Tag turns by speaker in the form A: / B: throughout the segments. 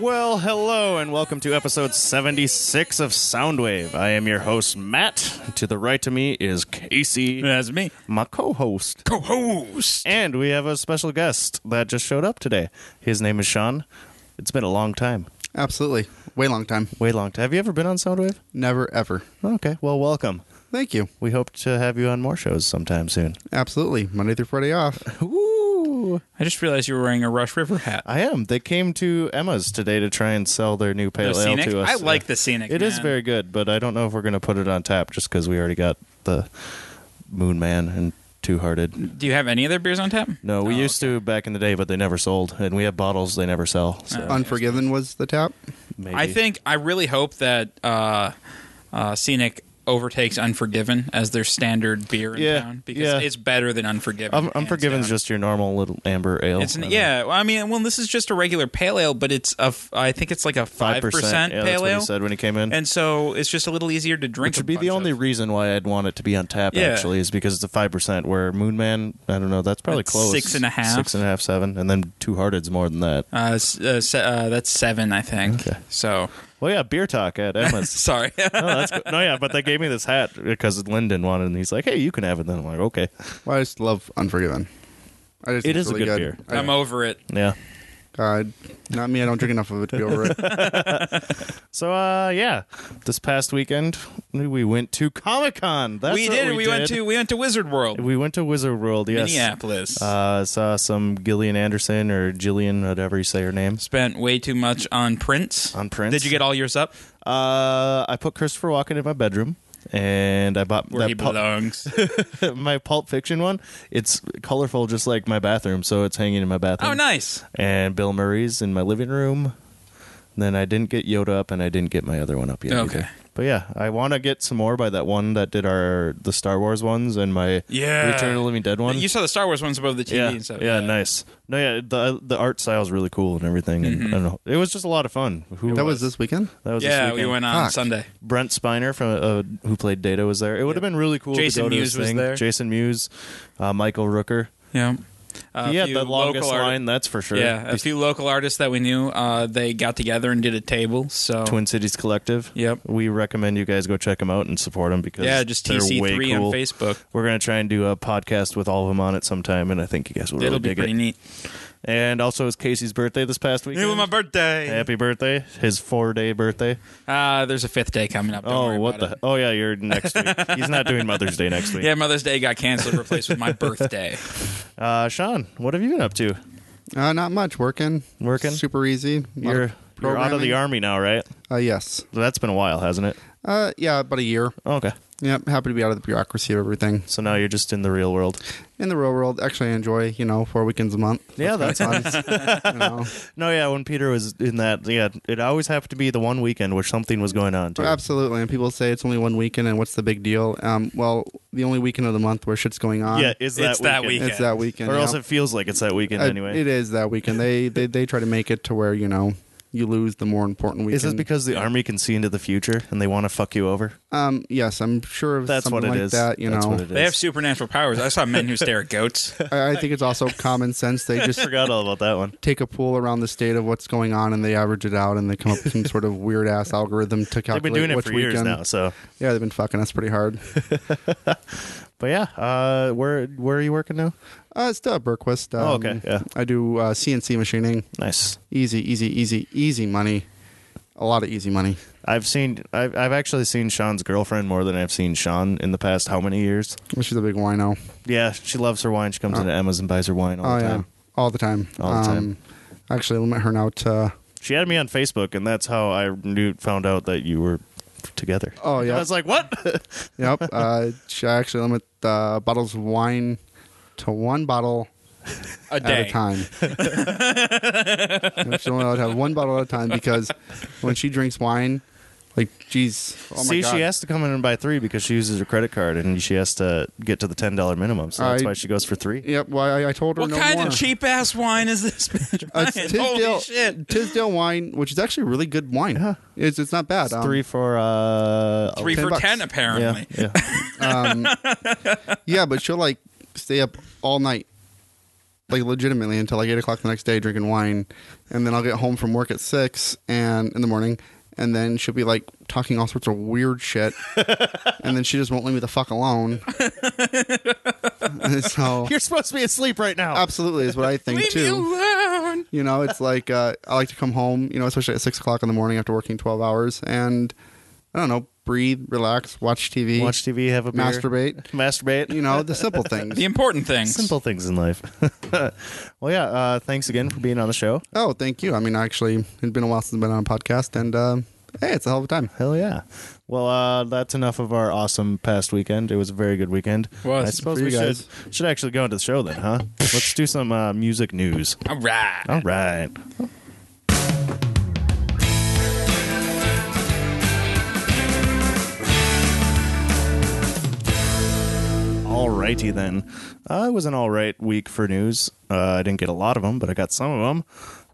A: Well, hello, and welcome to episode 76 of Soundwave. I am your host, Matt. To the right of me is Casey,
B: That's me.
A: my co host.
B: Co-host.
A: And we have a special guest that just showed up today. His name is Sean. It's been a long time.
C: Absolutely. Way long time.
A: Way long time. Have you ever been on Soundwave?
C: Never ever.
A: Okay, well, welcome.
C: Thank you.
A: We hope to have you on more shows sometime soon.
C: Absolutely. Monday through Friday off.
A: Ooh.
B: I just realized you were wearing a Rush River hat.
A: I am. They came to Emma's today to try and sell their new pale
B: The
A: ale
B: scenic?
A: to us.
B: I like the scenic,
A: It is
B: man.
A: very good, but I don't know if we're going to put it on tap just because we already got the Moon Man and Two Hearted.
B: Do you have any other beers on tap?
A: No, we used to back in the day, but they never sold, and we have bottles they never sell. So
C: Unforgiven was the tap.
A: maybe.
B: I Uh, think I really hope that uh, uh, Scenic overtakes Unforgiven as their standard beer in
A: Yeah,
B: town because
A: yeah.
B: it's better than Unforgiven.
A: Un-
B: hands
A: Unforgiven's
B: down.
A: just your normal little amber ale.
B: It's
A: I
B: an,
A: don't know.
B: yeah, well, I mean, well, this is just a regular pale ale, but it's a f- I think it's like a five percent
A: Yeah,
B: pale
A: that's what
B: ale,
A: he said when he came in.
B: and so it's just a little easier to drink.
A: which
B: a
A: would be the
B: bunch
A: only
B: of.
A: reason why I'd want it to be on tap.
B: Yeah.
A: Actually, is because it's a five percent. Where Moon Man, I don't know, that's probably
B: That's
A: close.
B: six and a half.
A: six and a half, seven, and then Two Hearted's more than that.
B: uh, s- uh, se- uh, that's seven, I think.
A: Okay.
B: So
A: Well, yeah, beer talk at Emma's.
B: sorry.
A: no, that's good. no, yeah, but they gave me this hat because Lyndon wanted, it, and he's like, "Hey, you can have it." Then I'm like, "Okay,
C: Well, I just love Unforgiven. I just
A: It
C: think
A: is a
C: it's
A: good
C: really
A: beer.
C: I-
B: I'm over it.
A: yeah."
C: God, not me. I don't drink enough of it to be over it.
A: So, uh, yeah, this past weekend we went to Comic Con. That's
B: we
A: what
B: did.
A: We,
B: We, went
A: did.
B: to we went to Wizard World,
A: we went to Wizard World. Yes,
B: Minneapolis.
A: Uh, saw some Gillian Anderson or Gillian, whatever you say her name.
B: Spent way too much on Prince.
A: On Prince?
B: Did you get all yours up
A: Uh, I put Christopher Walken in my bedroom, and I bought
B: where
A: that
B: he
A: Pul-
B: belongs?
A: my Pulp Fiction one. It's colorful, just like my bathroom, so it's hanging in my bathroom.
B: oh, nice.
A: And Bill Murray's in my living room. Then I didn't get Yoda up, and I didn't get my other one up yet.
B: Okay.
A: either. But yeah, I want to get some more by that one that did our the Star Wars ones and my
B: Yeah.
A: Return of the Living Dead one.
B: You saw the Star Wars ones above the TV
A: yeah,
B: and stuff.
A: yeah, nice. No, yeah, the the art style is really cool and everything. And I don't know, it was just a lot of fun. Who
C: That was this weekend?
A: That was this
B: Mm-hmm. Yeah, we
A: weekend.
B: went on
C: Fuck.
B: Sunday.
A: Brent Spiner from uh, who played Data was there. It would have been really cool.
B: Jason
A: to go to
B: Mewes
A: his
B: was
A: thing.
B: there.
A: Jason Mewes, uh, Michael Rooker.
B: Yeah. Uh,
A: he had
B: few
A: the longest
B: local art-
A: line, that's for sure.
B: Yeah, a
A: These
B: few local artists that we knew, uh, they got together and did a table. So
A: Twin Cities Collective.
B: Yep.
A: We recommend you guys go check them out and support them because
B: yeah, just
A: they're
B: TC3
A: way
B: on
A: cool.
B: Facebook.
A: We're gonna try and do a podcast with all of them on it sometime, and I think you guys will
B: It'll
A: really
B: be
A: dig
B: pretty
A: it.
B: neat.
A: And also, it was Casey's birthday this past weekend.
B: It was my birthday.
A: Happy birthday! His four-day birthday.
B: Uh, there's a fifth day coming up. Don't
A: oh,
B: worry
A: what
B: about
A: the?
B: it.
A: Oh yeah, you're next week. He's not doing Mother's Day next week.
B: Yeah, Mother's Day got canceled, replaced with my birthday.
A: Uh, Sean, what have you been up to?
C: Uh, not much. Working.
A: Working?
C: Super easy. Lot of
A: You're you're out of
C: programming.
A: the army now, right?
C: Uh, yes.
A: That's been a while, hasn't it?
C: Uh, yeah, about a year.
A: Okay.
C: Yeah, happy to be out of the bureaucracy of everything.
A: So now you're just in the real world.
C: In the real world, actually I enjoy, you know, four weekends a month.
A: Yeah,
C: fun. you know.
A: No, yeah, when Peter was in that, yeah, it always happened to be the one weekend where something was going on, too.
C: Absolutely, and people say it's only one weekend, and what's the big deal? Um, well, the only weekend of the month where shit's going on.
A: Yeah, is that
B: It's that
A: weekend.
C: it's that weekend.
A: Or
C: yeah.
A: else it feels like it's that weekend
C: Uh,
A: anyway.
C: it is that weekend. They, they they try to make it to where you know you lose the more important weekend.
A: Is this because the army can see into the future and they want to fuck you over?
C: Um, yes, I'm sure of
A: That's
C: something
A: what it is.
C: like that. You
A: That's
C: know,
A: what it is.
B: They have supernatural powers. I saw men who stare at goats.
C: I, I think it's also common sense. They just
A: Forgot all about that one.
C: take a pool around the state of what's going on, and they average it out, and they come up with some sort of weird ass algorithm to calculate
A: They've been doing it
C: which
A: for
C: weekend.
A: years now, so.
C: Yeah, they've been fucking us pretty hard.
A: But yeah, uh, where where are you working now?
C: Uh, still at Berquist. Um,
A: Oh, okay, yeah.
C: I do uh, CNC machining.
A: Nice.
C: Easy, easy, easy, easy money. A lot of easy money.
A: I've seen, I've, I've actually seen Sean's girlfriend more than I've seen Sean in the past how many years?
C: She's a big wino.
A: Yeah, she loves her wine. She comes into Emma's and buys her wine all
C: oh
A: the
C: yeah,
A: time.
C: all the time.
A: All the time.
C: Actually, I met her now to.
A: She had me on Facebook, and that's how I knew found out that you were together.
C: Oh
A: I
C: yeah,
A: was like, "What?"
C: yep. Uh, she I actually limit uh, bottles of wine to one bottle
B: A
C: at
B: day.
C: a time. She's only allowed to have one bottle at a time because when she drinks wine, like, geez, oh my
A: See,
C: god,
A: she has to come in and buy three because she uses her credit card, and she has to get to the ten dollar minimum. So that's
C: I-
A: why she goes for three.
C: Yep. Why I, I told her
B: What
C: no
B: kind
C: more.
B: of cheap ass wine is this? bitch?
C: Uh,
B: Ryan? Holy
C: Tisdale,
B: shit!
C: Tisdale wine, which is actually really good wine. It's it's not bad.
A: It's
C: Um,
A: three for uh,
B: Three
C: ten
B: for
C: bucks.
B: ten,
A: oh, yeah,
B: apparently.
A: yeah.
C: Um, yeah, but she'll like stay up all night like legitimately until like eight o'clock the next day drinking wine, and then I'll get home from work at six and in the morning, and then she'll be like talking all sorts of weird shit, and then she just won't leave me the fuck alone. And so
A: You're supposed to be asleep right now.
C: absolutely is what I think too.
B: alone.
C: You know, it's like uh, I like to come home, you know, especially at six o'clock in the morning after working twelve hours, and I don't know, breathe, relax, watch TV,
A: Watch TV, have a beer,
C: masturbate.
A: masturbate.
C: You know, the simple things.
B: The important things.
A: Simple things in life. well, yeah. Uh, thanks again for being on the show.
C: Oh, thank you. I mean, actually, it's been a while since I've been on a podcast, and uh, hey, it's a hell of a time.
A: Hell yeah. Well, uh, that's enough of our awesome past weekend. It was a very good weekend.
B: Was,
A: I suppose
C: for
A: we
C: you
A: should should actually go into the show then, huh? Let's do some uh, music news.
B: All right.
C: Oh.
A: All right. Alrighty then. Uh, it was an alright week for news. Uh, I didn't get a lot of them, but I got some of them.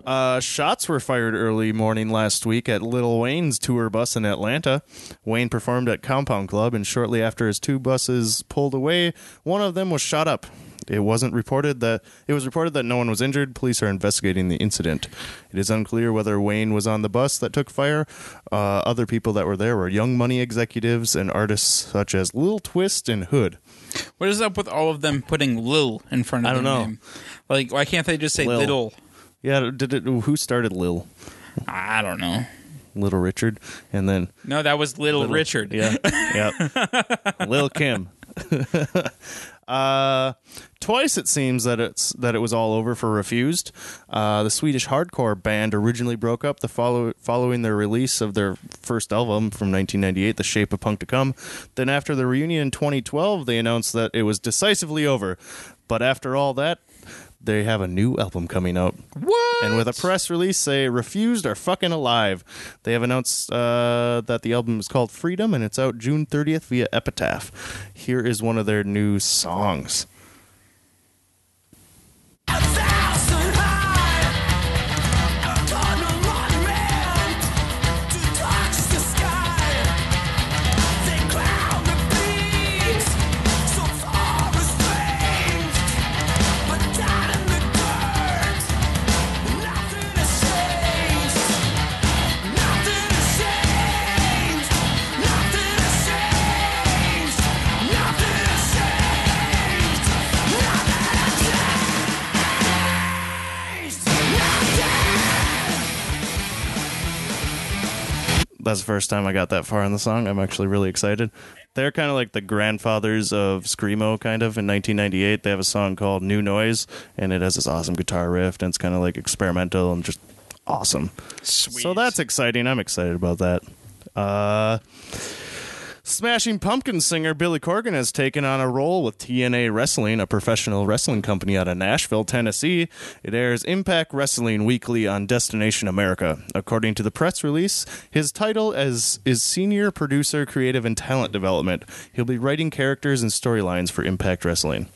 A: Uh, shots were fired early morning last week at Lil Wayne's tour bus in Atlanta. Wayne performed at Compound Club, and shortly after his two buses pulled away, one of them was shot up. It wasn't reported that it was reported that no one was injured. Police are investigating the incident. It is unclear whether Wayne was on the bus that took fire. Uh, other people that were there were Young Money executives and artists such as Lil Twist and Hood.
B: What is up with all of them putting Lil in front of
A: I don't
B: their
A: know.
B: name? Like, why can't they just say
A: Lil.
B: little?
A: Yeah, did it, who started Lil?
B: I don't know.
A: Little Richard, and then
B: No, that was Little, Richard.
A: Yeah, yeah. Lil Kim. uh, twice it seems that it's that it was all over for Refused. Uh, the Swedish hardcore band originally broke up the follow, following the release of their first album from 1998, The Shape of Punk to Come. Then after the reunion in 2012, they announced that it was decisively over. But after all that, they have a new album coming out.
B: What?
A: And with a press release, they refused are fucking alive. They have announced uh, that the album is called Freedom and it's out June 30th via Epitaph. Here is one of their new songs. That's the first time I got that far in the song. I'm actually really excited. They're kind of like the grandfathers of Screamo, kind of. In 1998, they have a song called New Noise, and it has this awesome guitar riff, and it's kind of like experimental and just awesome.
B: Sweet.
A: So that's exciting. I'm excited about that. Uh, Smashing Pumpkins singer Billy Corgan has taken on a role with TNA Wrestling, a professional wrestling company out of Nashville, Tennessee. It airs Impact Wrestling weekly on Destination America. According to the press release, his title as is senior producer, creative, and talent development. He'll be writing characters and storylines for Impact Wrestling.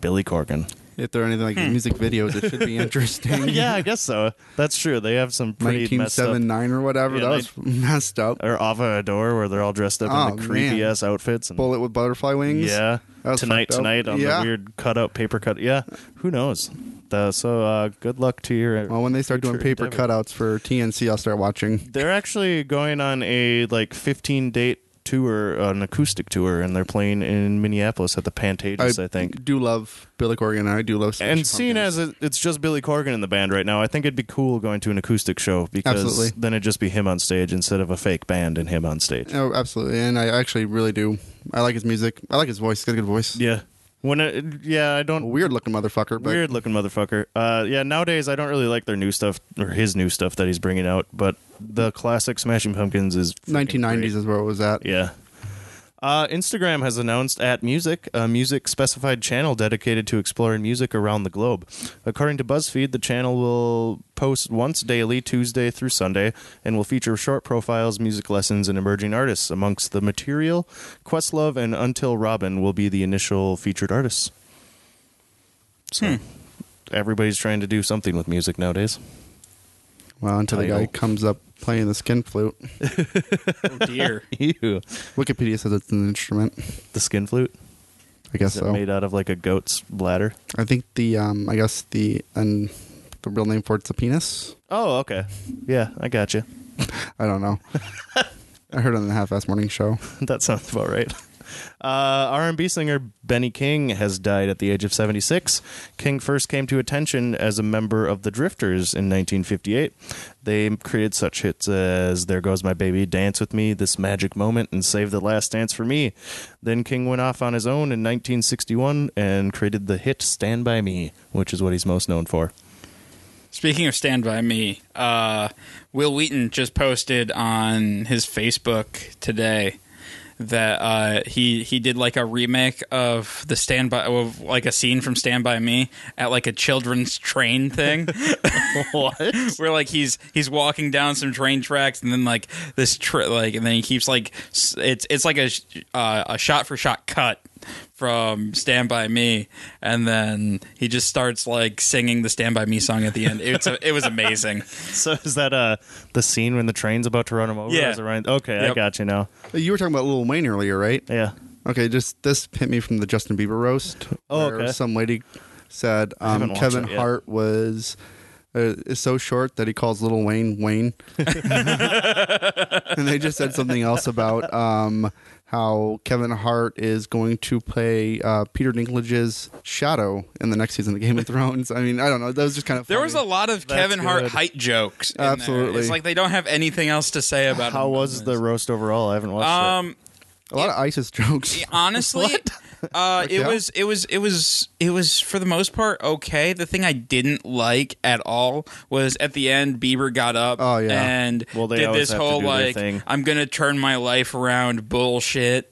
A: Billy Corgan.
C: If there are anything like
A: Hmm.
C: his music videos, it should be interesting.
A: Yeah, I guess so. That's true. They have some pretty messed up
C: 1979 or whatever.
A: Yeah,
C: that
A: they- Uh,
C: was messed up.
A: or Ava Adore, where they're all dressed up in
C: Oh,
A: the creepy
C: man.
A: ass outfits. And,
C: Bullet with butterfly wings.
A: yeah,
C: That was
A: tonight,
C: fucked up.
A: tonight on
C: Yeah.
A: the weird cut out paper cut. Yeah, who knows? Uh, so uh, good luck to your.
C: Well, when they start doing
A: future
C: paper
A: endeavor.
C: cutouts for TNC, I'll start watching.
A: they're actually going on a like 15 date tour, an acoustic tour, and they're playing in Minneapolis at the Pantages, I, think.
C: do love Billy Corgan. And I do love.
A: And seeing as it, it's just Billy Corgan in the band right now, I think it'd be cool going to an acoustic show because
C: Absolutely.
A: then it'd just be him on stage instead of a fake band and him on stage.
C: oh, absolutely, and I actually really do. I like his music. I like his voice. He's got a good voice.
A: Yeah. When it, yeah, I don't
C: Weird looking motherfucker, but
A: weird looking motherfucker. Uh, yeah, nowadays I don't really like their new stuff or his new stuff that he's bringing out, but the classic Smashing Pumpkins is freaking
C: 1990s
A: great.
C: is where it was at.
A: Yeah. Uh, Instagram has announced at Music, a music specified channel dedicated to exploring music around the globe. According to BuzzFeed, the channel will post once daily, Tuesday through Sunday, and will feature short profiles, music lessons, and emerging artists. Amongst the material, Questlove and Until Robin will be the initial featured artists. So, everybody's trying to do something with music nowadays.
C: Well, until the guy
A: Title.
C: comes up playing the skin flute.
B: oh dear.
A: Ew.
C: Wikipedia says it's an instrument.
A: The skin flute.
C: I guess
A: Is it
C: so.
A: made out of like a goat's bladder?
C: I think the um, I guess the and the real name for it's a penis.
A: Oh, okay. Yeah, I got you.
C: I don't know. I heard it on the half-ass morning show.
A: that sounds about right. Uh, R&B singer Benny King has died at the age of 76. King first came to attention as a member of the Drifters in 1958. They created such hits as "There Goes My Baby," "Dance with Me," "This Magic Moment," and "Save the Last Dance for Me." Then King went off on his own in 1961 and created the hit "Stand by Me," which is what he's most known for.
B: Speaking of Stand By Me, uh, Will Wheaton just posted on his Facebook today that uh, he he did like a remake of the Stand By of like a scene from Stand By Me at like a children's train thing.
A: what?
B: where like he's he's walking down some train tracks and then like this tri- like and then he keeps like s- it's it's like a sh- uh, a shot for shot cut from Stand by Me and then he just starts like singing the Stand by Me song at the end. It's a, it was amazing.
A: So is that uh the scene when the train's about to run him over?
B: Yeah.
A: Is it Ryan- Okay, I
B: Yep.
A: got you now.
C: You were talking about Lil Wayne earlier, right?
A: Yeah.
C: Okay, just this hit me from the Justin Bieber roast.
A: Oh,
C: where
A: okay.
C: Some lady said
A: haven't
C: um,
A: watched
C: Kevin
A: it yet.
C: Hart was uh, is so short that he calls Little Wayne Wayne, and they just said something else about um, how Kevin Hart is going to play uh, Peter Dinklage's shadow in the next season of Game of Thrones. I mean, I don't know. That was just kind of
B: There was a
C: funny.
B: lot of
A: That's
B: Kevin Hart
A: good.
B: height jokes. in there.
C: Absolutely.
B: It's like they don't have anything else to say about
A: How
B: him.
A: was the roast overall? I haven't watched
B: um
C: a lot of ISIS jokes.
B: honestly uh it
C: yeah?
B: was it was it was it was for the most part okay the thing i didn't like at all was at the end bieber got up
C: Oh, yeah.
B: and
A: Well, they
B: did
A: always
B: this
A: have to
B: whole
A: do their
B: like
A: thing.
B: i'm gonna turn my life around bullshit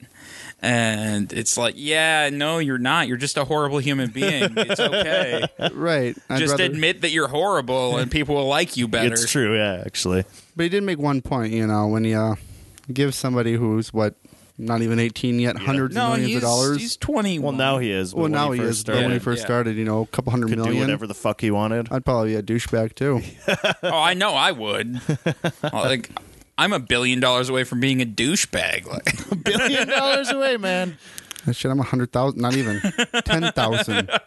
B: and it's like yeah no you're not you're just a horrible human being it's okay
C: right. I'd
B: just
C: rather-
B: admit that you're horrible and people will like you
A: it.
B: better
A: It's true, yeah, actually.
C: But he did make one point, you know, when you uh, give somebody who's what, not even eighteen yet, hundreds of
B: no
C: millions
B: he's,
C: of dollars.
B: he's 21
A: Well, now he is. but
C: well,
A: when
C: now he,
A: first
C: is, but
A: Started,
C: when he
B: yeah.
C: first
B: Yeah.
C: started, you know, a couple hundred
A: could do
C: million,
A: whatever the fuck he wanted.
C: I'd probably be a douchebag too.
B: Oh, I know I would. like I'm a billion dollars away from being a douchebag. Like
A: billion dollars away, man.
C: That shit, I'm a hundred thousand, not even ten thousand.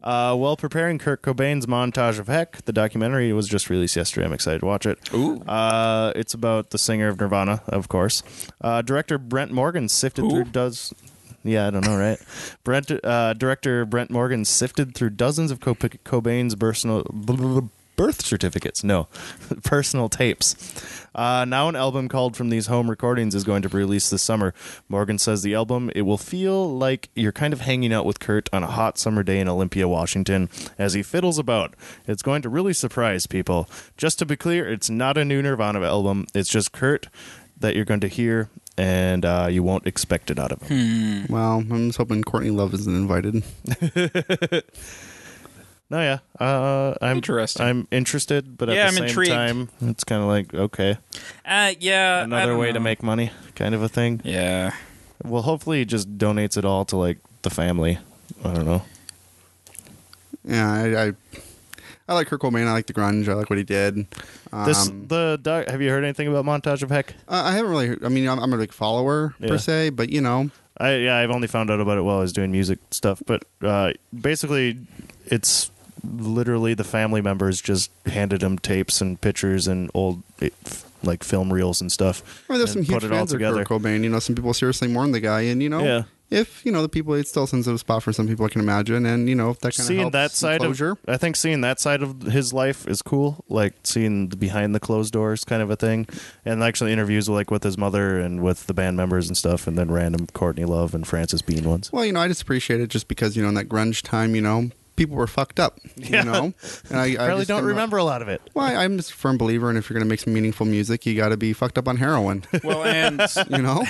A: Uh, while preparing Kurt Cobain's montage of Heck, the documentary was just released yesterday. I'm excited to watch it.
B: Ooh.
A: Uh, it's about the singer of Nirvana, of course. Uh, director Brent Morgan sifted
B: Who?
A: through does. Yeah, I don't know, right? Brent uh, director Brent Morgan sifted through dozens of Co- Cobain's personal birth certificates. No, personal tapes. Uh, now an album called from these home recordings is going to be released this summer. Morgan says the album it will feel like you're kind of hanging out with Kurt on a hot summer day in Olympia, Washington, as he fiddles about. It's going to really surprise people. Just to be clear, it's not a new Nirvana album. It's just Kurt that you're going to hear, and uh, you won't expect it out of him.
B: Hmm.
C: well, I'm just hoping Courtney Love isn't invited.
A: No, yeah, uh, I'm
B: Interesting.
A: I'm interested, but at
B: Yeah,
A: the
B: I'm
A: same
B: intrigued.
A: time, it's kind of like okay,
B: uh, yeah, I
A: another
B: don't
A: way
B: know.
A: to make money, kind of a thing.
B: Yeah,
A: Well, hopefully, he just donates it all to like the family. I don't know.
C: Yeah, I, I, I like Kurt Cobain. I like the grunge. I like what he did. Um,
A: This the doc, have you heard anything about montage of heck?
C: I I haven't really. Heard, I mean, I'm, I'm a big follower
A: Yeah.
C: per se, but you know,
A: I yeah, I've only found out about it while I was doing music stuff, but uh, basically, it's literally the family members just handed him tapes and pictures and old eh, f- like film reels and stuff.
C: I mean, there's
A: and
C: some
A: put
C: huge
A: it all
C: fans of
A: together.
C: Kurt Cobain. You know, some people seriously mourn the guy, and you know,
A: Yeah.
C: if you know the people, it still sends a spot for some people. I can imagine, and you know, if that kind
A: seeing
C: of
A: that side
C: closure.
A: of I think seeing that side of his life is cool. Like seeing the behind the closed doors kind of a thing, and actually interviews like with his mother and with the band members and stuff, and then random Courtney Love and Francis Bean ones.
C: Well, you know, I just appreciate it just because you know in that grunge time, you know, people were fucked up.
A: Yeah.
C: You know, and I, I
A: Apparently,
C: just
A: don't
C: am a-
A: remember a lot of it.
C: Well, I- I'm just a firm believer, and if you're going to make some meaningful music, you got to be fucked up on heroin.
B: well, and
C: you know,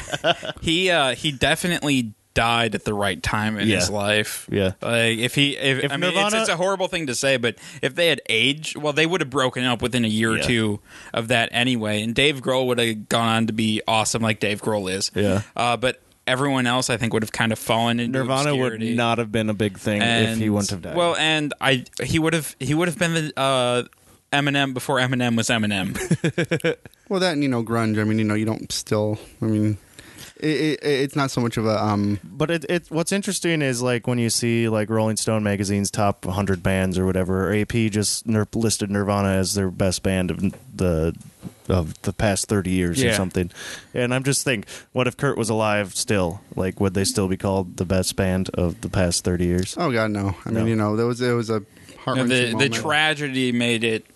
B: he uh, he definitely died at the right time in
A: Yeah.
B: his life.
A: Yeah.
B: like if he, if,
A: If
B: I mean, it's,
A: Nirvana-
B: it's a horrible thing to say, but if they had aged, well, they would have broken up within a year
A: Yeah.
B: or two of that anyway. And Dave Grohl would have gone on to be awesome, like Dave Grohl is.
A: Yeah.
B: uh, but. Everyone else, I think, would have kind of fallen into
A: Nirvana would
B: obscurity.
A: not have been a big thing if he
B: And-
A: wouldn't have died.
B: Well, and I he would have he would have been the uh, Eminem before Eminem was Eminem.
C: well, that and you know, grunge. I mean, you know, you don't still. I mean, it, it, it's not so much of a um
A: But it, it what's interesting is like when you see like Rolling Stone magazine's top 100 bands or whatever, or AP just ner- listed Nirvana as their best band of the of the past 30 years or
B: Yeah.
A: something. And I'm just think, what if Kurt was alive still? Like would they still be called the best band of the past 30 years?
C: oh god no. I mean
A: No.
C: you know there was it was a heart
B: No, the the
C: moment.
B: tragedy made it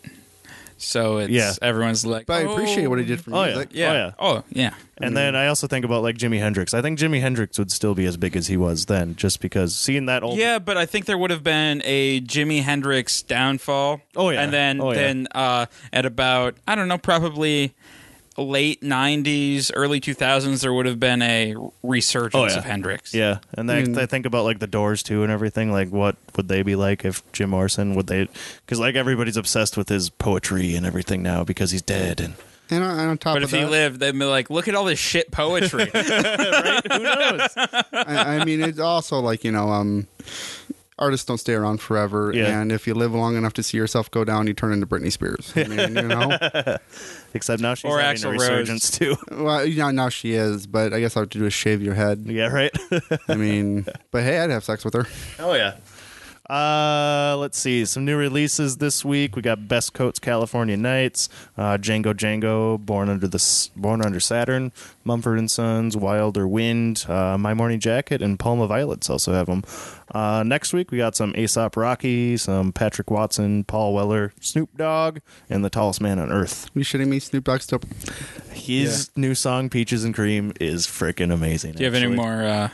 B: so it's
A: Yeah.
B: everyone's like
C: But I appreciate
B: "Oh,
C: what he did for
A: Oh,
C: music.
B: Yeah.
A: Oh, yeah.
B: Oh yeah.
A: And then I also think about like Jimi Hendrix. I think Jimi Hendrix would still be as big as he was then just because seeing that old
B: Oh, Yeah, but I think there would have been a Jimi Hendrix downfall.
A: Oh, yeah.
B: and then
A: Oh, yeah.
B: then uh, at about I don't know, probably late '90s, early 2000s, there would have been a resurgence
A: Oh, yeah.
B: of Hendrix.
A: Yeah, and I, I think about like the Doors too and everything. Like, what would they be like if Jim Morrison would they? Because like everybody's obsessed with his poetry and everything now because he's dead. And
C: And on, and on top
B: But
C: of
B: if he
C: that,
B: lived, they'd be like, "Look at all this shit poetry."
A: who knows?
C: I, I mean, it's also like you know, um, artists don't stay around forever,
A: Yeah.
C: and if you live long enough to see yourself go down, you turn into Britney Spears. I mean, you know,
A: Except now she's
B: Or
A: having
B: Axl
A: a
B: Rose.
A: resurgence too.
C: well, you know, now she is, but I guess all I have to do is shave your head.
A: yeah, right.
C: I mean, but hey, I'd have sex with her.
A: oh yeah. Uh, let's see some new releases this week. We got Best Coats, California Nights, uh, Django Django, Born Under the S- Born Under Saturn, Mumford and Sons, Wilder Wind, uh, My Morning Jacket, and Palma Violets also have them. Uh, next week we got some Aesop Rocky, some Patrick Watson, Paul Weller, Snoop Dogg, and the Tallest Man on Earth.
C: Are you shitting me, Snoop Dogg? Still,
A: His new song Peaches and Cream is freaking amazing.
B: Do you have any more uh,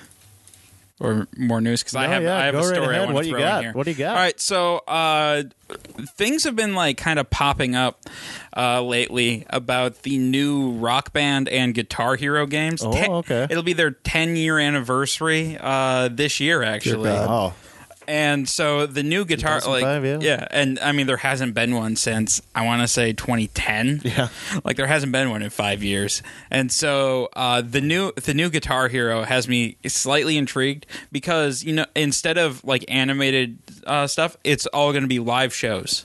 B: or more news? Because I
A: No,
B: have
A: yeah,
B: I have
A: go
B: a
A: right
B: story. I
A: ahead.
B: wanna
A: What do you
B: throw in
A: got?
B: here.
A: What do you got?
B: All right, so uh, things have been like kind of popping up uh, lately about the new Rock Band and Guitar Hero games.
A: Oh,
B: Te-
A: okay.
B: It'll be their 10 year anniversary uh, this year, actually.
C: God.
A: Oh,
B: And so the new guitar, like
A: 2005, yeah.
B: and I mean there hasn't been one since I want to say 2010.
A: Yeah.
B: like there hasn't been one in five years. And so uh, the new the new Guitar Hero has me slightly intrigued because you know instead of like animated uh, stuff, it's all going to be live shows.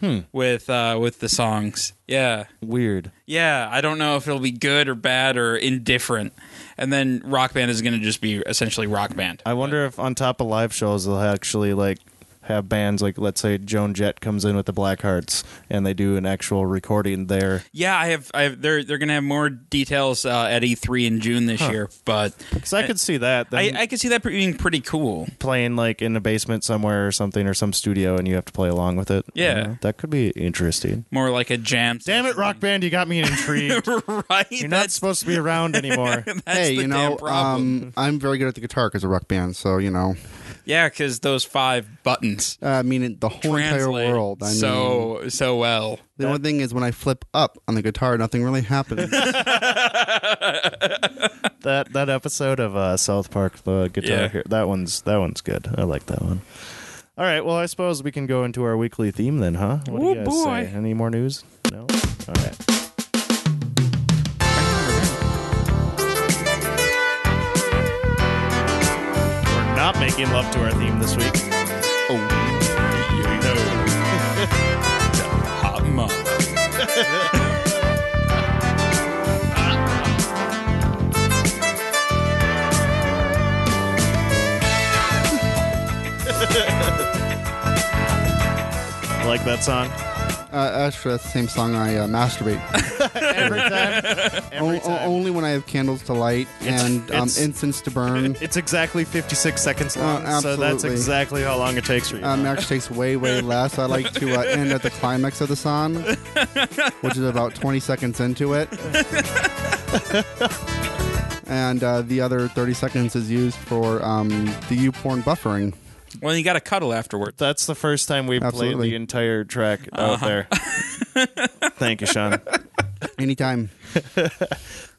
A: Hmm.
B: With uh, with the songs, yeah.
A: weird.
B: Yeah, I don't know if it'll be good or bad or indifferent. And then Rock Band is going to just be essentially Rock Band.
A: I wonder if on top of live shows they'll actually like have bands like let's say Joan Jett comes in with the Black Hearts and they do an actual recording there.
B: Yeah, I have. I have they're they're gonna have more details uh, at E3 in June this year, but
A: Because I could see that
B: I,
A: them
B: I could see that being pretty cool.
A: playing like in a basement somewhere or something or some studio and you have to play along with it.
B: Yeah.
A: You know, that could be interesting.
B: More like a jam.
A: Damn it, rock band! You got me intrigued.
B: right?
A: You're not
B: that's,
A: supposed to be around anymore.
B: that's
C: hey,
B: the damn
C: you know,
B: problem.
C: um, I'm very good at the guitar because of rock band. So you know,
B: yeah, because those five buttons
C: uh, I mean, the whole
B: translate
C: entire world. I mean,
B: so so well.
C: the only thing is when I flip up on the guitar, nothing really happens.
A: that that episode of uh, South Park, the guitar
B: Yeah.
A: Hero- that one's that one's good. I like that one. All right, well, I suppose we can go into our weekly theme then, huh? What
B: Ooh,
A: do you guys
B: boy.
A: say? Any more news? No. All right. We're not making love to our theme this week.
B: Hot mama.
A: Like that song?
C: uh, actually, that's the same song I uh, masturbate.
A: Every time. Every
C: O- o-
A: time.
C: only when I have candles to light
A: It's-
C: and um,
A: it's-
C: incense to burn.
A: It's exactly 56 seconds long, so that's
C: absolutely.
A: exactly how long it takes for you.
C: Um, it actually takes way, way less. I like to uh, end at the climax of the song, which is about 20 seconds into it. And uh, the other 30 seconds is used for um, the U porn buffering.
B: Well, you got to cuddle afterward.
A: That's the first time we played
C: Absolutely.
A: the entire track
B: Uh-huh.
A: out there. Thank you, Sean.
C: Anytime.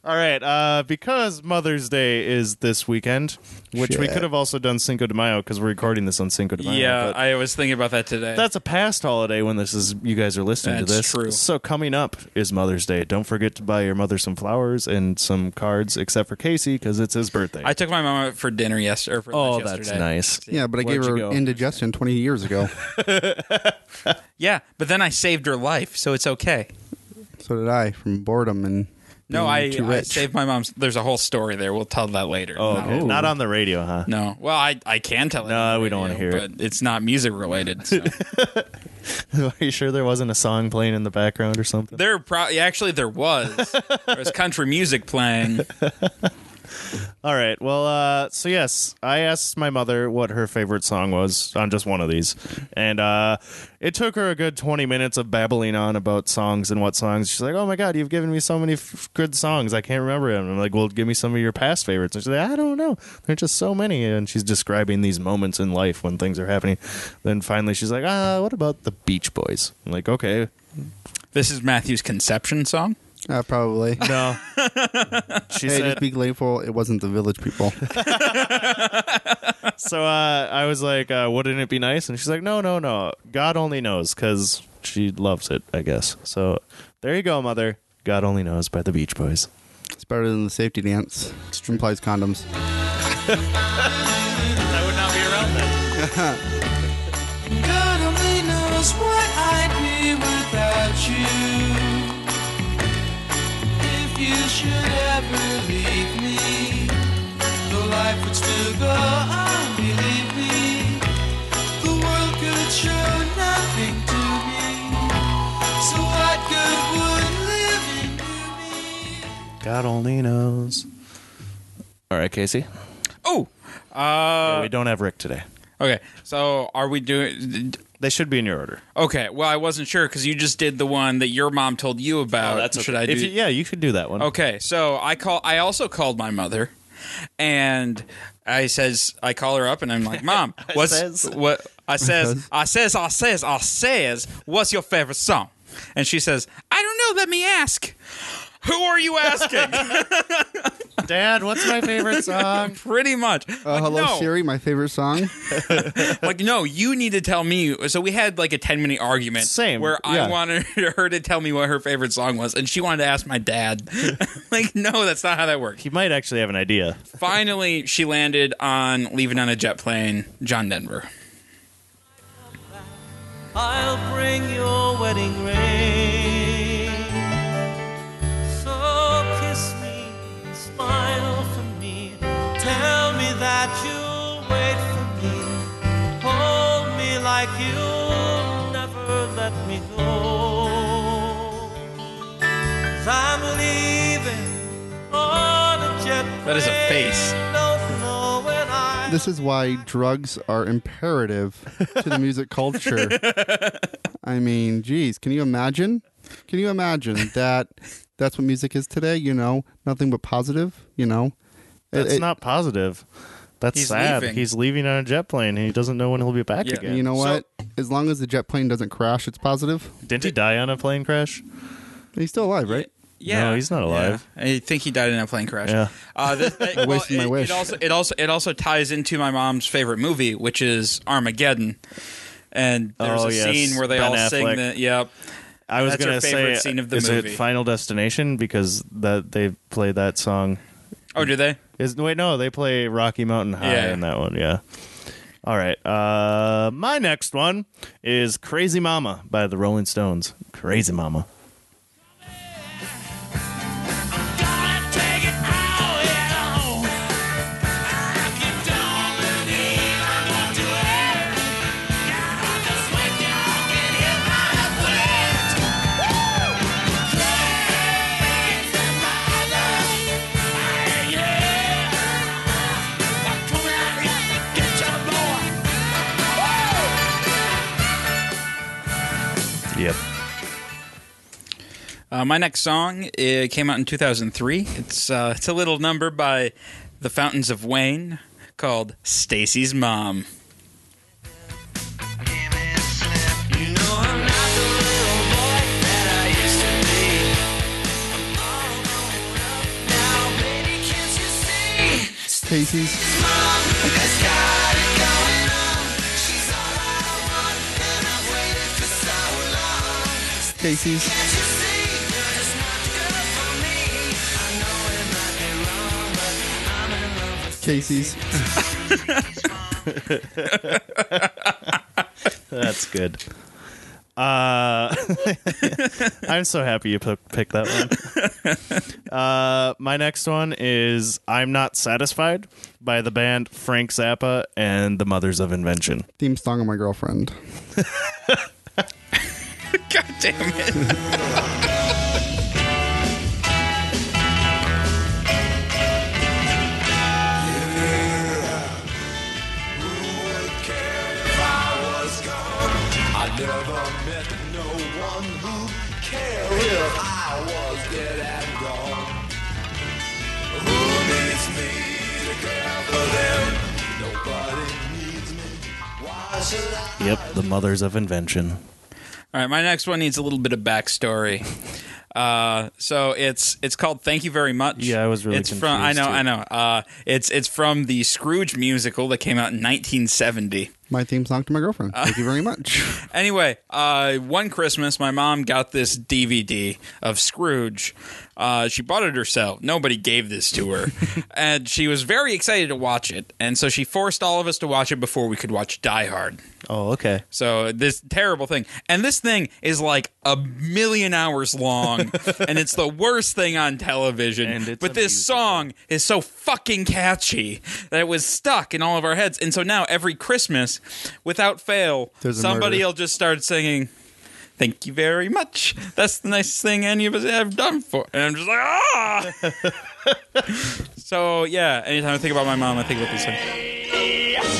A: All right, uh, because Mother's Day is this weekend, which we
C: Shit.
A: could have also done Cinco de Mayo because we're recording this on Cinco de Mayo.
B: Yeah,
A: but
B: I was thinking about that today.
A: that's a past holiday when this is you guys are listening to
B: That's
A: this.
B: true.
A: So coming up is Mother's Day. Don't forget to buy your mother some flowers and some cards, except for Casey because it's his birthday.
B: I took my mom out for dinner yesterday. Or for
A: oh,
B: lunch
A: that's
B: yesterday.
A: nice.
C: Yeah, but I
A: Where'd
C: gave
A: you
C: her
A: go?
C: indigestion 20 years ago.
B: Yeah, but then I saved her life, so it's okay.
C: so did I from boredom and
B: No,
C: being
B: I,
C: too
B: I
C: rich.
B: saved my mom's. There's a whole story there. We'll tell that later.
A: Oh,
B: No.
A: okay. not on the radio, huh?
B: No. Well, I, I can tell it.
A: No,
B: on the
A: we don't wanna
B: radio,
A: hear it.
B: But it's not music related. So.
A: Are you sure there wasn't a song playing in the background or something?
B: there probably actually there was. there was country music playing.
A: All right. Well, uh, so yes, I asked my mother what her favorite song was on just one of these, and uh, it took her a good twenty minutes of babbling on about songs and what songs. She's like, "Oh my god, you've given me so many f- good songs. I can't remember them." I'm like, "Well, give me some of your past favorites." And she's like, "I don't know. There's just so many." And she's describing these moments in life when things are happening. Then finally, she's like, "Ah, what about the Beach Boys?" I'm like, "Okay,
B: This is Matthew's conception song.
C: Uh, probably.
A: no." she
C: Hey,
A: said,
C: just be grateful it wasn't the village people.
A: so uh, I was like, uh, wouldn't it be nice? And she's like, no, no, no. God only knows because she loves it, I guess. So there you go, mother. God only knows by the Beach Boys.
C: It's better than the safety dance. Implies condoms.
B: Uh,
A: I would not be around then.
D: God only knows what I'd be without you. If you should ever leave me, the life would still go on, believe me. The world could show nothing to me. So what good would living do me?
A: God only knows. All right, Casey.
B: Oh.
A: we don't have Rick today.
B: Okay. So are we doing?
A: They should be in your order.
B: Okay. Well, I wasn't sure because you just did the one that your mom told you
A: Oh,
B: about. Should I do?
A: If you- yeah, you should do that one.
B: Okay, so I call. I also called my mother, and I says I call her up, and I'm like, "Mom, what's
A: says.
B: what?" I says, "I says, I says, I says, what's your favorite song?" And she says, "I don't know. Let me ask." Who are you asking?
A: Dad, what's my favorite song?
B: Pretty much.
C: Uh,
B: Like,
C: hello,
B: no.
C: Siri, my favorite song.
B: Like, no, you need to tell me. So we had like a ten minute argument,
A: Same,
B: where
A: yeah.
B: I wanted her to tell me what her favorite song was, and she wanted to ask my dad. like, no, that's not how that works.
A: He might actually have an idea.
B: Finally, she landed on leaving on a jet plane, John Denver.
D: I'll bring your wedding ring. So kiss me, smile for me, tell me that you'll wait for me, hold me like you'll never let me go. i I'm leaving on a jet plane.
B: That is a face.
D: Don't know when I.
C: This is why drugs are imperative to the music culture. I mean, geez, can you imagine? Can you imagine that that's what music is today? You know, nothing but positive, you know? It-
A: That's
C: it-
A: not positive. That's
B: He's
A: sad.
B: leaving.
A: He's leaving on a jet plane and he doesn't know when he'll be back
B: Yeah.
A: again.
C: You know
B: So-
C: what? as long as the jet plane doesn't crash, it's positive.
A: Didn't he die on a plane crash?
C: He's still alive, right?
B: Yeah,
A: No, he's not alive.
B: Yeah. I think he died in a plane crash.
A: Yeah.
B: uh, this, well,
C: wasted my
B: it,
C: wish.
B: It also, it also it also ties into my mom's favorite movie, which is Armageddon. And there's
A: Oh,
B: a
A: yes.
B: scene where they
A: Ben
B: all
A: Affleck.
B: sing the yep.
A: I was
B: That's
A: gonna
B: your favorite
A: say,
B: scene of the
A: is
B: movie.
A: it Final Destination because that they play that song?
B: Oh, do they?
A: Is wait no, they play Rocky Mountain High
B: Yeah.
A: in that one. Yeah. All right. Uh, my next one is "Crazy Mama" by the Rolling Stones. "Crazy Mama." Yep.
B: Uh, my next song it came out in 2003. It's uh, it's a little number by the Fountains of Wayne called Stacy's Mom.
C: Casey's. Casey's. Casey's.
A: That's good. Uh, I'm so happy you p- picked that one. Uh, my next one is I'm Not Satisfied by the band Frank Zappa and the Mothers of Invention.
C: Theme song of my girlfriend.
B: God damn it.
E: I never met no one who cared if I was dead and gone. Who needs me to care for them? Nobody needs me. Why should I?
A: Yep, the Mothers of Invention.
B: All right, my next one needs a little bit of backstory. Uh, so it's it's called Thank You Very Much.
A: Yeah, I was really
B: It's from I know
A: confused,
B: I know. Uh, it's it's from the Scrooge musical that came out in 1970.
C: My theme song to my girlfriend. Thank you very much.
B: Anyway, uh, one Christmas, my mom got this DVD of Scrooge. Uh, she bought it herself. Nobody gave this to her. and she was very excited to watch it. And so she forced all of us to watch it before we could watch Die Hard.
A: Oh, okay.
B: So this terrible thing. And this thing is like a million hours long. and it's the worst thing on television.
A: And it's
B: but
A: a
B: this
A: musical.
B: song is so fucking catchy that it was stuck in all of our heads. And so now every Christmas, without fail,
C: There's a
B: somebody
C: murder.
B: will just start singing. Thank you very much. That's the nicest thing any of us have done for. And I'm just like, ah. so yeah, anytime I think about my mom, I think about these things.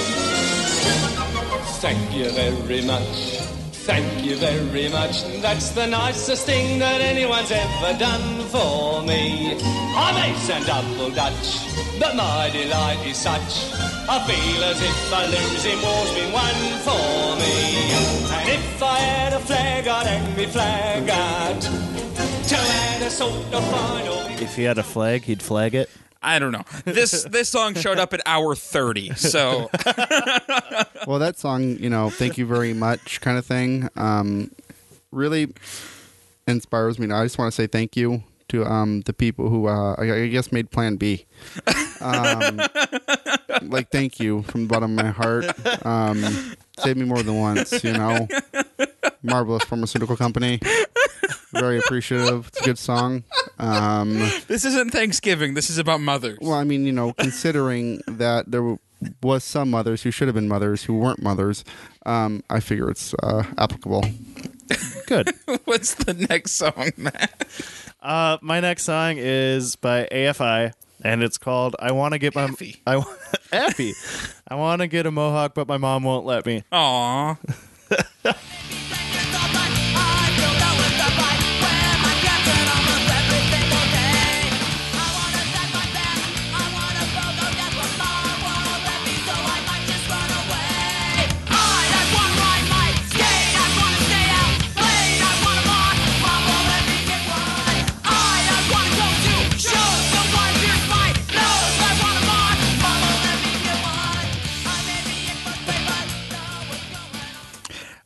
F: Thank you very much. Thank you very much. That's the nicest thing that anyone's ever done for me. I'm ace and double Dutch, but my delight is such. I feel as if a losing war's been won for me. And if I had a flag, I'd hang me flag out. To add a sort of final.
A: If he had a flag, he'd flag it.
B: I don't know. This this song showed up at hour thirty, so
C: well, that song, you know, thank you very much kind of thing, um, really inspires me. Now, I just want to say thank you to um, the people who, uh, I, I guess, made Plan B. Um, like, thank you from the bottom of my heart. Um, saved me more than once, you know. Marvelous pharmaceutical company. Very appreciative. It's a good song. Um,
B: this isn't Thanksgiving. This is about mothers.
C: well, I mean, you know, considering that there w- was some mothers who should have been mothers who weren't mothers, um, I figure it's uh, applicable.
A: Good.
B: What's the next song, Matt?
A: Uh, my next song is by AFI, and it's called "I Want to Get My
B: Affy.
A: I wa- Affy. I Want to Get a Mohawk, but my mom won't let me."
B: Aw,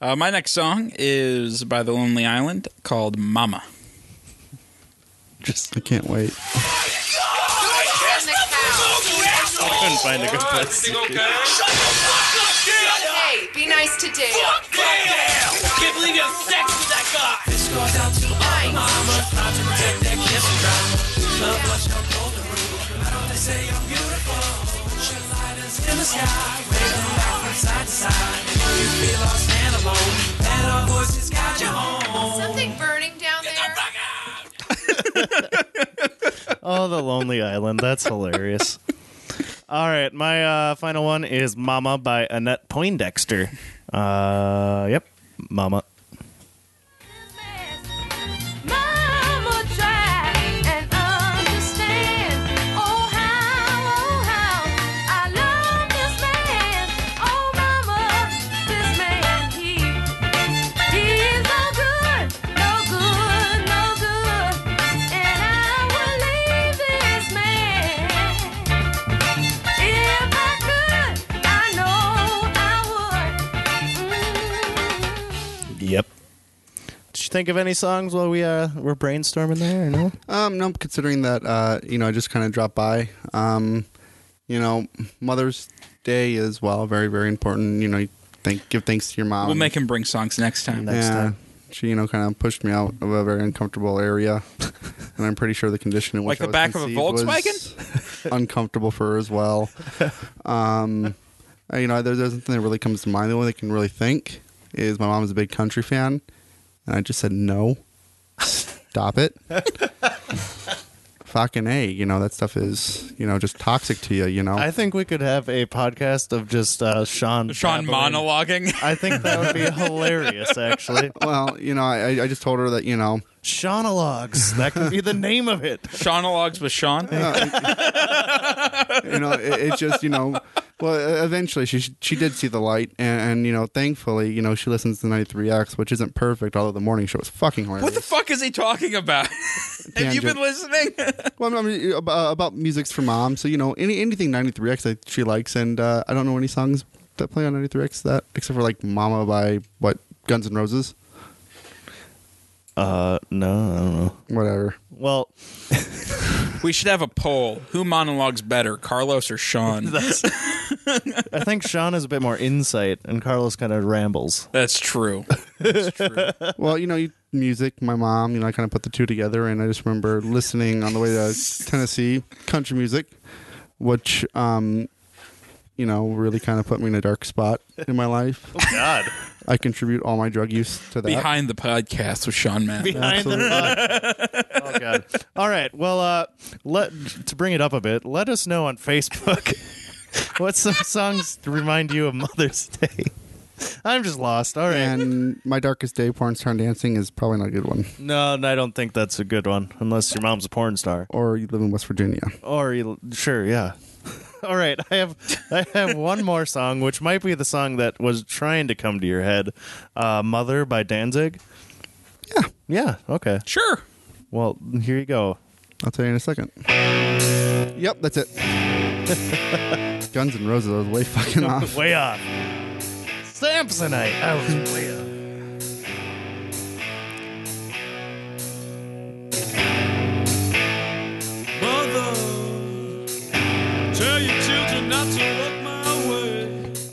B: uh, my next song is by the Lonely Island called "Mama."
C: Just I can't wait.
A: I couldn't find a good place.
G: Hey, be nice to Dave.
F: Can't believe you have sex with that guy.
G: Something burning down there.
A: Oh, the Lonely Island. That's hilarious. All right, my uh, final one is "Mama" by Annette Poindexter. Uh, yep, "Mama."
H: Mama, try and understand. Oh how, oh how I love this man. Oh mama, this man he he is no good, no good, no good, and I will leave this man. If I could, I know I would. Mm.
A: Yep. Did you think of any songs while we uh, were brainstorming there? Or no.
C: Um, no, considering that uh, you know, I just kind of dropped by. Um, you know, Mother's Day is well very very important. You know, you thank give thanks to your mom.
B: We'll make him bring songs next time.
A: next
C: yeah,
A: time.
C: She, you know, kind of pushed me out of a very uncomfortable area, and I'm pretty sure the condition in
B: Like
C: which
B: the
C: I was
B: back of a
C: conceived was uncomfortable for her as well. Um, uh, you know, there, there's nothing that really comes to mind. The only thing I can really think is my mom is a big country fan, and I just said no, stop it. Fucking a, you know that stuff is you know just toxic to you. You know,
A: I think we could have a podcast of just uh, Sean.
B: Sean
A: babbling.
B: monologuing.
A: I think that would be hilarious, actually.
C: well, you know, I, I just told her that you know
A: Seanologues. That could be the name of it.
B: Seanologues with Sean.
C: you know, it, it's just you know. Well, e- eventually she she did see the light, and, and you know, thankfully, you know, she listens to 93X, which isn't perfect. Although the morning show is fucking hilarious.
B: What the fuck is he talking about? Have you
C: Tangent.
B: been listening?
C: Well, I mean, about, about music's for mom, so you know, any anything 93X that she likes, and uh, I don't know any songs that play on 93X that except for like "Mama" by what Guns N' Roses,
A: Uh, no, I don't know.
C: whatever.
A: Well,
B: we should have a poll. Who monologues better, Carlos or Sean?
A: that's. I think Sean has a bit more insight, and Carlos kind of rambles.
B: That's true. That's true.
C: Well, you know, you- music, my mom, you know, I kind of put the two together, and I just remember listening on the way to Tennessee country music, which, um, you know, really kind of put me in a dark spot in my life.
A: God,
C: I contribute all my drug use to that.
B: Behind the podcast with Sean Matt.
A: behind the. oh God. All right. Well, uh, let to bring it up a bit. Let us know on Facebook what some songs remind you of Mother's Day. I'm just lost. All right.
C: And my darkest day, porn star dancing, is probably not a good one.
A: No, no, I don't think that's a good one, unless your mom's a porn star.
C: Or you live in West Virginia.
A: Or you, sure, yeah. All right, I have I have one more song, which might be the song that was trying to come to your head, uh, "Mother" by Danzig. Yeah, yeah, okay.
B: Sure.
A: Well, here you go.
C: I'll tell you in a second. Yep, that's it. Guns N' Roses, I was way fucking off.
A: Way off. Samsonite. I was way off.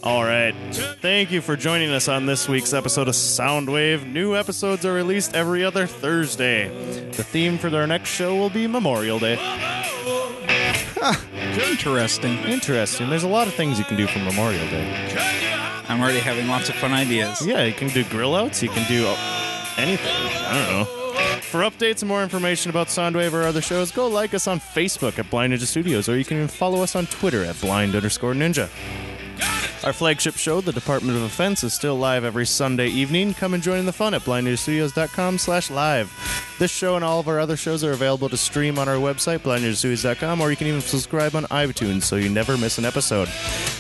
A: All right. Thank you for joining us on this week's episode of Soundwave. New episodes are released every other Thursday. The theme for our next show will be Memorial Day.
B: Interesting.
A: Interesting. There's a lot of things you can do for Memorial Day.
B: I'm already having lots of fun ideas.
A: Yeah, you can do grill outs, you can do uh, anything. I don't know. For updates and more information about Soundwave or other shows, go like us on Facebook at Blind Ninja Studios, or you can even follow us on Twitter at blind underscore ninja. Our flagship show, The Department of Offense, is still live every Sunday evening. Come and join the fun at blindnewsstudios.com slash live. This show and all of our other shows are available to stream on our website, blindnewsstudios.com, or you can even subscribe on iTunes so you never miss an episode.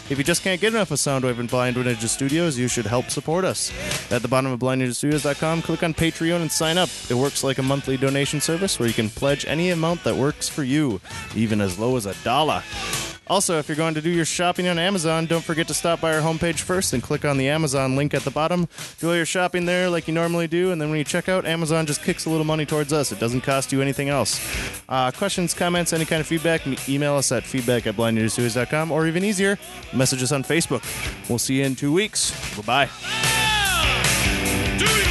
A: If you just can't get enough of Soundwave and Blind Ninja Studios, you should help support us. At the bottom of blindninjastudios.com, click on Patreon and sign up. It works like a monthly donation service where you can pledge any amount that works for you, even as low as a dollar. Also, if you're going to do your shopping on Amazon, don't forget to stop by our homepage first and click on the Amazon link at the bottom. Do all your shopping there like you normally do, and then when you check out, Amazon just kicks a little money towards us. It doesn't cost you anything else. Uh, questions, comments, any kind of feedback, m- email us at feedback at blindnewsstudios.com, or even easier, message us on Facebook. We'll see you in two weeks. Bye bye.
E: Do you